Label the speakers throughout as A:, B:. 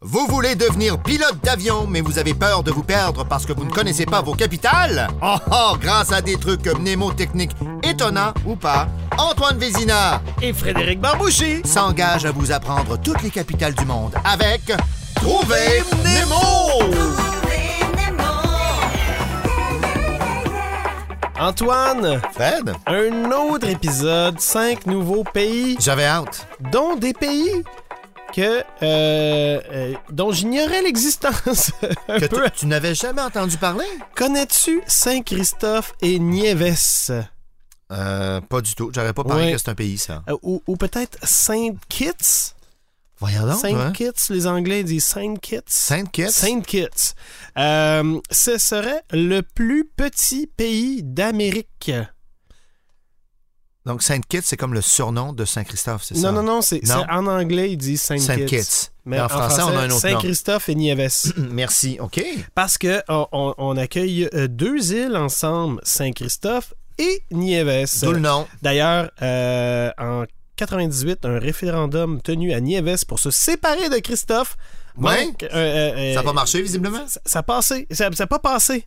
A: Vous voulez devenir pilote d'avion, mais vous avez peur de vous perdre parce que vous ne connaissez pas vos capitales Oh oh, grâce à des trucs mnémotechniques étonnants ou pas, Antoine Vézina
B: et Frédéric Barbouchi.
A: s'engage à vous apprendre toutes les capitales du monde avec Trouver Nemo
B: Antoine,
A: Fred,
B: un autre épisode, cinq nouveaux pays,
A: j'avais hâte.
B: dont des pays que euh, euh, dont j'ignorais l'existence. un
A: Que
B: peu.
A: tu- tu n'avais jamais entendu parler
B: Connais-tu Saint-Christophe et Nieves
A: Euh, pas du tout. J'aurais pas parlé
B: Ouais.
A: que c'est un pays, ça.
B: Euh, ou ou peut-être Saint-Kitts
A: Voyons donc, hein?
B: Saint-Kitts, les Anglais disent Saint-Kitts.
A: Sainte-Kitts.
B: Saint-Kitts. Euh, ce serait le plus petit pays d'Amérique.
A: Donc, Sainte-Kitts, c'est comme le surnom de Saint-Christophe, c'est ça
B: Non, non, non, c'est
A: Non.
B: c'est- en anglais, ils disent Saint, Kitts.
A: Sainte-Kitts. Mais en, français, on a un autre nom.
B: Saint-Christophe et Nieves.
A: Mm, Merci, OK.
B: Parce que on, on- on accueille euh, deux îles ensemble, Saint-Christophe et Nieves.
A: D'où le nom.
B: D'ailleurs, euh, en 98, un référendum tenu à Nieves pour se séparer de Christophe.
A: Ouais.
B: Donc, euh, euh, euh,
A: Ça n'a pas marché, visiblement?
B: ça, ça passait. Ça n'a pas passé.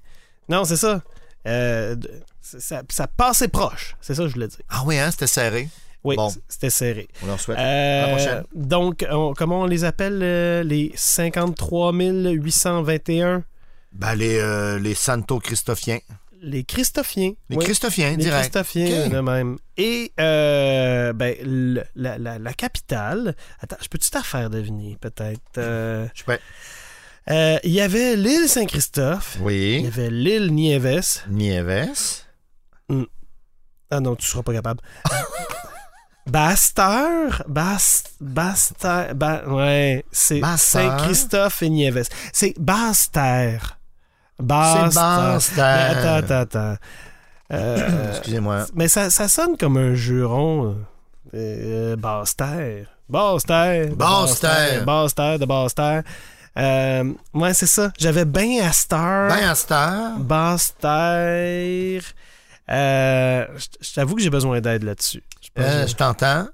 B: Non, c'est ça. Euh, de- ça- ça, ça passait proche. C'est ça que je voulais dire.
A: Ah oui, hein, c'était serré.
B: Oui,
A: Bon.
B: c'était serré.
A: On leur souhaite.
B: Euh,
A: À la prochaine.
B: donc, on- comment on les appelle, euh, les 53 821?
A: Ben, les, euh, les Santo Christophiens.
B: Les Christophiens.
A: Les
B: Oui,
A: Christophiens,
B: les
A: direct.
B: Christophiens,
A: Ok.
B: de même. Et, euh, ben, le- la, la- la capitale... Attends, je peux-tu t'en faire deviner, peut-être? Euh,
A: Je sais pas.
B: euh, Il y avait l'île Saint-Christophe. Il y
A: Oui.
B: avait l'île Nieves.
A: Nieves.
B: Ah non, tu seras pas capable. Basteur, Bast, Basteur, Ba- ouais, c'est
A: Basteur.
B: Saint-Christophe et Nieves. C'est Basse-Terre.
A: C'est
B: Basse-Terre. Mais
A: Basse-Terre.
B: Attends, attends, attends. Euh,
A: Excusez-moi.
B: mais ça, ça sonne comme un juron. Euh, Basse-Terre. Basse-Terre. de
A: Basse-Terre.
B: Basse-Terre de Basse-Terre. Euh, ouais, c'est ça. J'avais bien Astor.
A: Ben, à cette heure,
B: Basse-Terre. Euh, je- je t'avoue que j'ai besoin d'aide là-dessus. Je pense
A: euh,
B: que-
A: je t'entends.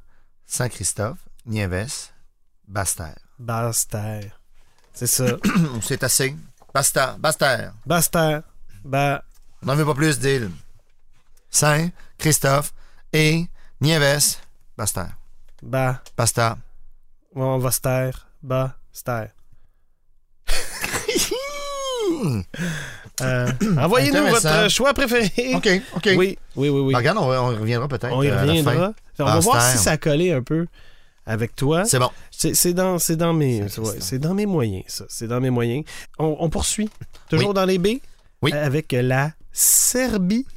A: Saint-Christophe, Nieves, Basse-Terre. Hum,
B: Basse-Terre. C'est ça.
A: C'est assez. Basta, Basse-Terre.
B: Basse-Terre. Ba...
A: On n'en veut pas plus d'îles. Saint, Christophe et Nieves, Basse-Terre.
B: Ba...
A: Basta.
B: On va se taire. Basse-Terre. Euh, Envoyez-nous
A: Intéressant.
B: votre euh, choix préféré.
A: OK, OK.
B: Oui, oui, oui. oui.
A: Ben, regarde, on, on reviendra peut-être.
B: On y
A: euh, à la fin.
B: reviendra. On va voir
A: Basse-Terre.
B: si ça a collé un peu avec toi.
A: C'est bon.
B: C'est c'est dans, c'est dans, mes-
A: C'est
B: ouais,
A: ça.
B: c'est dans mes moyens, ça. C'est dans mes moyens. On, on poursuit. Toujours dans les baies.
A: Oui.
B: Euh, Avec la Serbie.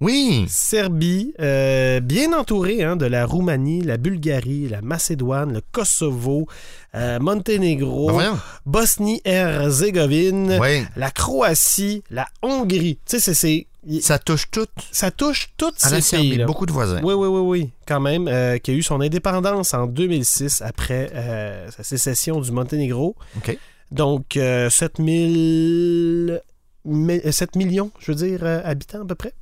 A: Oui.
B: Serbie, euh, bien entourée hein, de la Roumanie, la Bulgarie, la Macédoine, le Kosovo, euh, Monténégro,
A: Ben, voyons.
B: Bosnie-Herzégovine,
A: Oui.
B: la Croatie, la Hongrie. Tu sais, c'est- c'est- y-
A: Ça touche tout
B: ça touche toutes
A: à la
B: ces pays
A: Serbie. Beaucoup de voisins.
B: oui, oui, oui, oui, quand même, euh, qui a eu son indépendance en 2006 après euh, sa sécession du Monténégro.
A: OK.
B: Donc, euh, 7000 mi- euh, 7 millions, je veux dire, euh, habitants à peu près.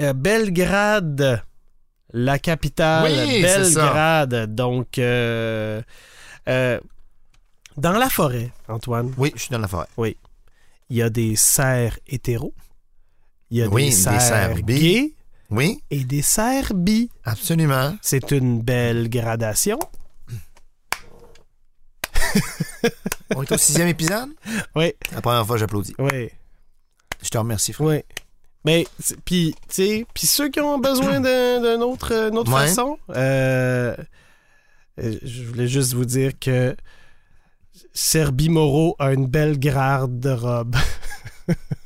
B: Euh, Belgrade, la capitale.
A: Oui, c'est ça.
B: Belgrade. Donc, euh, euh, dans la forêt, Antoine,
A: Oui, je suis dans la forêt.
B: il y a des cerfs hétéros, il y a
A: Oui,
B: des
A: des
B: cerfs
A: cerfs bi.
B: gays
A: Oui,
B: et des cerfs bi.
A: absolument.
B: C'est une belle gradation.
A: On est au sixième épisode.
B: Oui,
A: La première fois, j'applaudis.
B: oui,
A: Je te remercie, Fred.
B: oui. Mais, t- puis, tu sais, puis ceux qui ont besoin d'un- d'une autre, euh, une autre
A: Ouais.
B: façon, euh, euh, je voulais juste vous dire que Serbie Moreau a une belle garde-robe.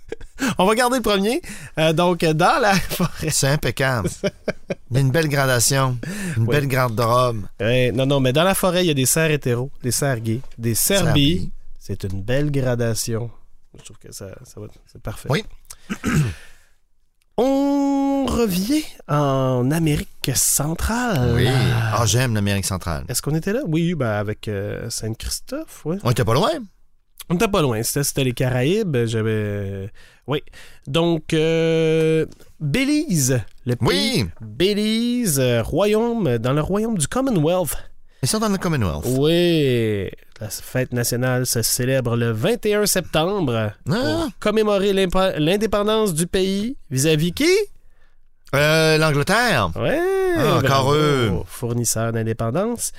B: On va garder le premier. Euh, donc, dans la forêt.
A: C'est impeccable. Il y a une belle gradation, une
B: Oui.
A: belle garde-robe.
B: Ouais, non, non, mais dans la forêt, il y a des cerfs hétéros, des cerfs gays, des serbies. C'est une belle gradation. Je trouve que ça, ça va, c'est parfait.
A: Oui.
B: On revient en Amérique centrale.
A: Oui. Ah, j'aime l'Amérique centrale.
B: Est-ce qu'on était là? Oui, ben avec euh, Saint-Christophe, oui.
A: On était pas loin.
B: On n'était pas loin. C'était, c'était les Caraïbes. J'avais. Oui. Donc, euh, Belize, le pays.
A: Oui.
B: Belize, euh, royaume, dans le royaume du Commonwealth. Oh,
A: Ils sont dans le Commonwealth.
B: Oui, La fête nationale se célèbre le 21 septembre pour
A: Ah.
B: commémorer l'impa- l'indépendance du pays vis-à-vis qui?
A: Euh, L'Angleterre.
B: Ouais,
A: Ah, encore
B: bravo,
A: eux.
B: Fournisseur d'indépendance.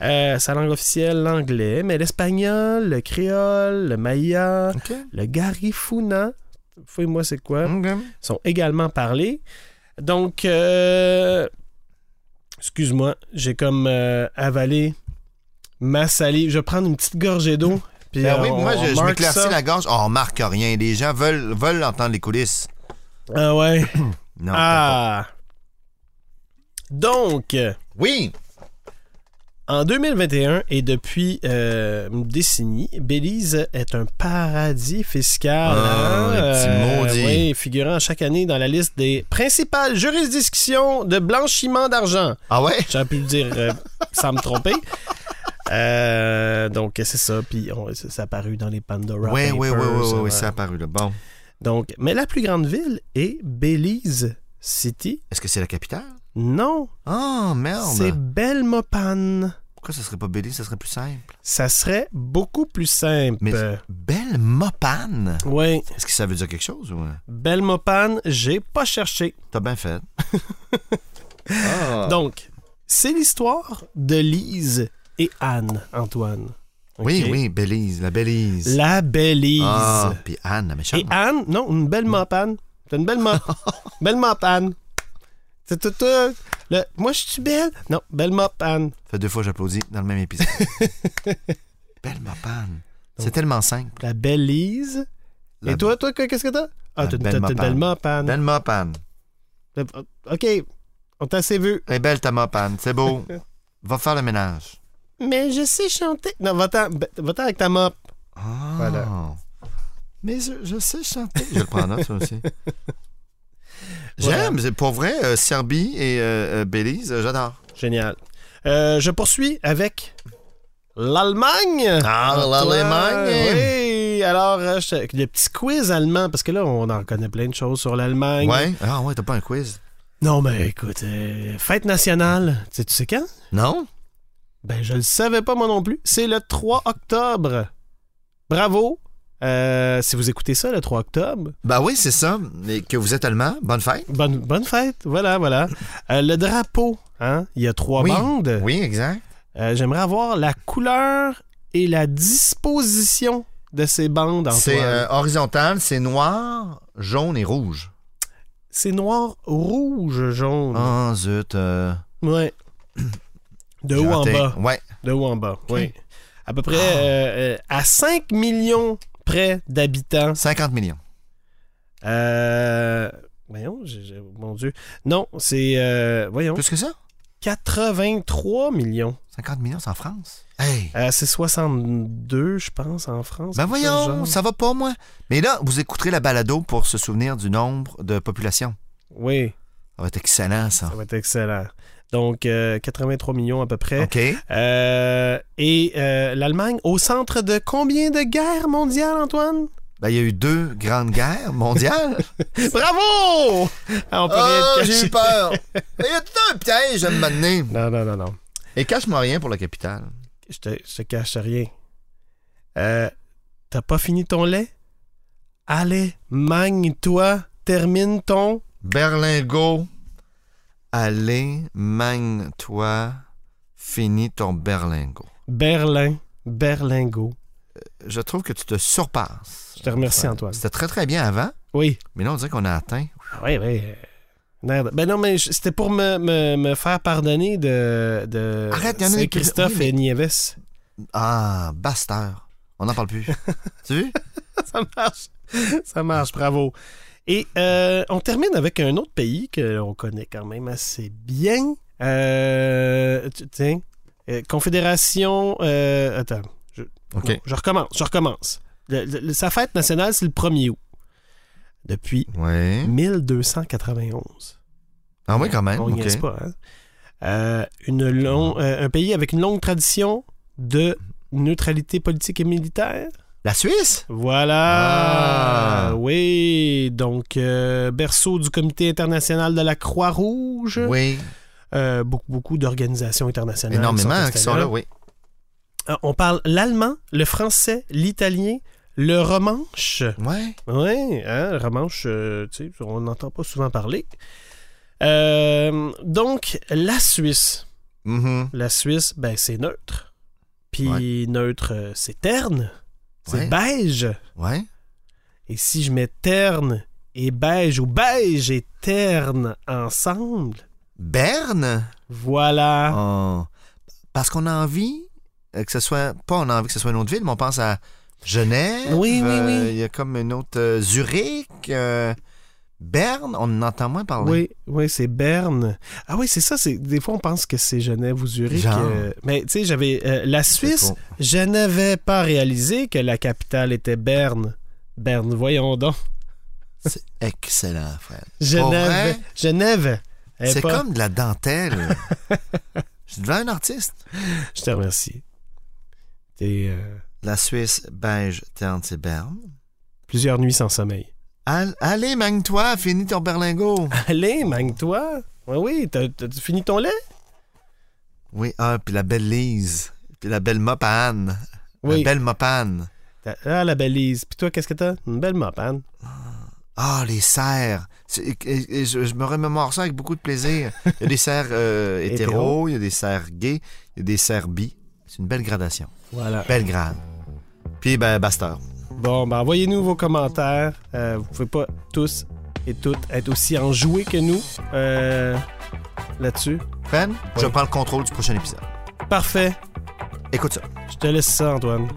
B: Euh, sa langue officielle, l'anglais, mais l'espagnol, le créole, le maya,
A: OK.
B: le garifuna, fouille-moi c'est quoi,
A: OK.
B: sont également parlés. Donc, euh, excuse-moi, j'ai comme euh, avalé ma salive. Je vais prendre une petite gorgée d'eau. Puis,
A: Ben
B: euh,
A: oui,
B: on-
A: moi,
B: on
A: je, je
B: marque
A: m'éclaircis
B: ça.
A: la gorge. On remarque rien. Les gens veulent, veulent entendre les coulisses.
B: Ah ouais.
A: Non.
B: Ah. Donc,
A: pas- Oui.
B: En 2021 et depuis euh, une décennie, Belize est un paradis fiscal.
A: Ah, les petits maudits.
B: oui, figurant chaque année dans la liste des principales juridictions de blanchiment d'argent.
A: Ah ouais?
B: J'aurais pu le dire euh, sans me tromper. Euh, donc, c'est ça. Puis, on- ça ça a paru dans les Pandora.
A: Oui, oui, oui,
B: Papers,
A: oui, oui,
B: ouais.
A: ça a paru là. Bon.
B: Donc, mais la plus grande ville est Belize City.
A: Est-ce que c'est la capitale?
B: Non,
A: Oh, merde.
B: c'est Belmopan.
A: Pourquoi ça serait pas Belize? Ça serait plus simple.
B: Ça serait beaucoup plus simple.
A: Mais- Belle Mopane.
B: Oui,
A: Est-ce que ça veut dire quelque chose ou. euh?
B: Belmopan, j'ai pas cherché.
A: T'as bien fait. Ah.
B: Donc, c'est l'histoire de Lise et Anne, Antoine. Ok?
A: Oui, oui, Belize, la Belize.
B: La belle Lise.
A: Ah, puis Anne, la
B: et
A: méchante.
B: Anne, non, une belle mopane. C'est une belle, mo belle mopane. C'est tout, tout. Le, moi, je suis belle. Non, belle mopane.
A: fait deux fois j'applaudis dans le même épisode. Belle Mopane. C'est tellement simple.
B: La belle Lise.
A: La-
B: Et toi, toi, qu'est-ce que t'as? Ah,
A: La
B: t'as une-
A: belle
B: t'as t'as une belle mopane.
A: Belle Mopane.
B: OK, on t'a assez vu.
A: Elle est Eh, belle ta Mopane, c'est beau. Va faire le ménage.
B: Mais je sais chanter. Non, va-t'en ben, va-t'en avec ta mop.
A: Ah.
B: Voilà.
A: Mais je, je sais chanter. Je vais le prends en note, ça aussi. J'aime, c'est pour vrai, euh, Serbie et euh, euh, Belize, euh, j'adore.
B: Génial. Euh, je poursuis avec l'Allemagne.
A: Ah, l'Allemagne.
B: Oui. Alors, euh, je- le petit quiz allemand, parce que là, on en connaît plein de choses sur l'Allemagne.
A: Ouais. Ah ouais, t'as pas un quiz?
B: Non, mais écoute, euh, fête nationale, tu sais, tu sais quand?
A: Non?
B: Ben, je le savais pas, moi non plus. C'est le 3 octobre. Bravo. Euh, si vous écoutez ça, le 3 octobre,
A: Ben oui, c'est ça. Et que vous êtes allemand, bonne fête.
B: bonne, bonne fête. Voilà, voilà. Euh, le drapeau, hein? Il y a trois
A: Oui.
B: bandes.
A: Oui, exact.
B: Euh, J'aimerais avoir la couleur et la disposition de ces bandes, Antoine.
A: C'est
B: C'est
A: euh, horizontal, c'est noir, jaune et rouge.
B: noir, rouge, jaune.
A: Ah zut. euh,
B: Ouais. De
A: j'ai
B: haut en
A: raté.
B: bas.
A: Ouais.
B: De haut en bas, oui. À peu près
A: Ah.
B: euh, euh, à 5 millions près d'habitants.
A: 50 millions.
B: Euh, voyons, j'ai- j'ai- mon Dieu. Non, c'est, euh, voyons,
A: Plus que ça?
B: 83 millions.
A: 50 millions, c'est en France. Hey!
B: Euh, c'est 62, je pense, en France.
A: Ben
B: quelque chose du
A: voyons,
B: genre.
A: ça va pas, moi. Mais là, vous écouterez la balado pour se souvenir du nombre de populations.
B: Oui,
A: Ça va être excellent, ça.
B: ça va être excellent. Donc, euh, 83 millions à peu près.
A: OK.
B: Euh, et euh, l'Allemagne au centre de combien de guerres mondiales, Antoine?
A: Ben, il y a eu deux grandes guerres mondiales.
B: Bravo! Ah, on peut rien te cacher.
A: Oh, peur. Il y a tout un piège à me mener.
B: Non, non, non, non.
A: Et cache-moi rien pour la capitale.
B: Je te, je te cache rien. Euh, T'as pas fini ton lait? Allez, magne toi termine ton...
A: Berlingo. Allez, magne-toi. Finis ton berlingo.
B: Berlin, berlingo.
A: Je trouve que tu te surpasses.
B: Je te remercie, Antoine.
A: C'était très, très bien avant,
B: Oui.
A: mais là, on dirait qu'on a atteint.
B: Ah Oui, oui. euh, merde. Ben non, mais je- c'était pour me, me- me faire pardonner de, de
A: Arrête, il y en a des plus-
B: Christophe
A: oui, mais-
B: et Nieves.
A: Ah, Basteur. On n'en parle plus. tu veux?
B: ça marche. Ça marche, bravo. Et euh, on termine avec un autre pays que l'on connaît quand même assez bien. Euh, tu- tiens, euh, Confédération. euh, attends,
A: OK.
B: Non, je recommence, je recommence. Le- le- sa fête nationale, c'est le 1er août. Depuis
A: Ouais.
B: 1291.
A: Ah oui, quand même.
B: On n'y
A: OK.
B: reste pas. hein? Euh, une long- euh, un pays avec une longue tradition de neutralité politique et militaire.
A: La Suisse?
B: Voilà.
A: Ah.
B: Oui, donc euh, berceau du Comité international de la Croix-Rouge.
A: Oui,
B: Euh, beaucoup beaucoup d'organisations internationales.
A: énormément hein, qui
B: installées
A: sont là, oui.
B: euh, on parle l'allemand, le français, l'italien, le romanche.
A: Ouais.
B: Oui, hein, le romanche, euh, tu sais, on n'entend pas souvent parler. Euh, donc, la Suisse.
A: Mhm.
B: La Suisse, ben, c'est neutre. Puis neutre, euh, c'est terne.
A: Ouais.
B: C'est beige.
A: Ouais.
B: Et si je mets terne et beige ou beige et terne ensemble,
A: Berne?
B: voilà.
A: Oh. Parce qu'on a envie euh, que ce soit. Pas on a envie que ce soit une autre ville, mais on pense à Genève.
B: Oui, oui,
A: euh,
B: oui.
A: Il y a comme une autre. euh, Zurich, euh, Berne, on en entend moins parler.
B: Oui, oui, c'est Berne. Ah oui, c'est ça. C'est des fois on pense que c'est Genève ou Zurich.
A: Genre.
B: euh, mais tu sais, j'avais euh, la Suisse. Je n'avais pas réalisé que la capitale était Berne. Berne, voyons donc.
A: C'est excellent, Fred.
B: Genève.
A: vrai?
B: Genève. Eh,
A: C'est
B: pas-
A: comme de la dentelle. Je suis devant un artiste.
B: Je te remercie. T'es euh,
A: La Suisse, beige, terne, c'est Berne.
B: plusieurs nuits sans sommeil.
A: Al- Allez, magne-toi, finis ton berlingot.
B: Allez, mangue-toi. Oui, oui, t'as t'as fini ton lait?
A: Oui, ah, puis la belle Lise. Puis la belle Mopane.
B: Oui.
A: La belle Mopane.
B: T'as- Ah, la balise. Puis toi, qu'est-ce que t'as? Une belle mopane.
A: Ah, les serres. C'est- et- et Je, je me remémore ça avec beaucoup de plaisir. Il y a des serres euh, hétéros, il y a des serres gays, il y a des serres bi. C'est une belle gradation.
B: Voilà.
A: Belle grade. Puis, ben, Basteur.
B: Bon, ben envoyez-nous vos commentaires. Euh, vous pouvez pas tous et toutes être aussi enjoués que nous euh, là-dessus.
A: Fred, je prends le contrôle du prochain épisode.
B: Parfait.
A: Écoute ça.
B: Je te laisse ça, Antoine.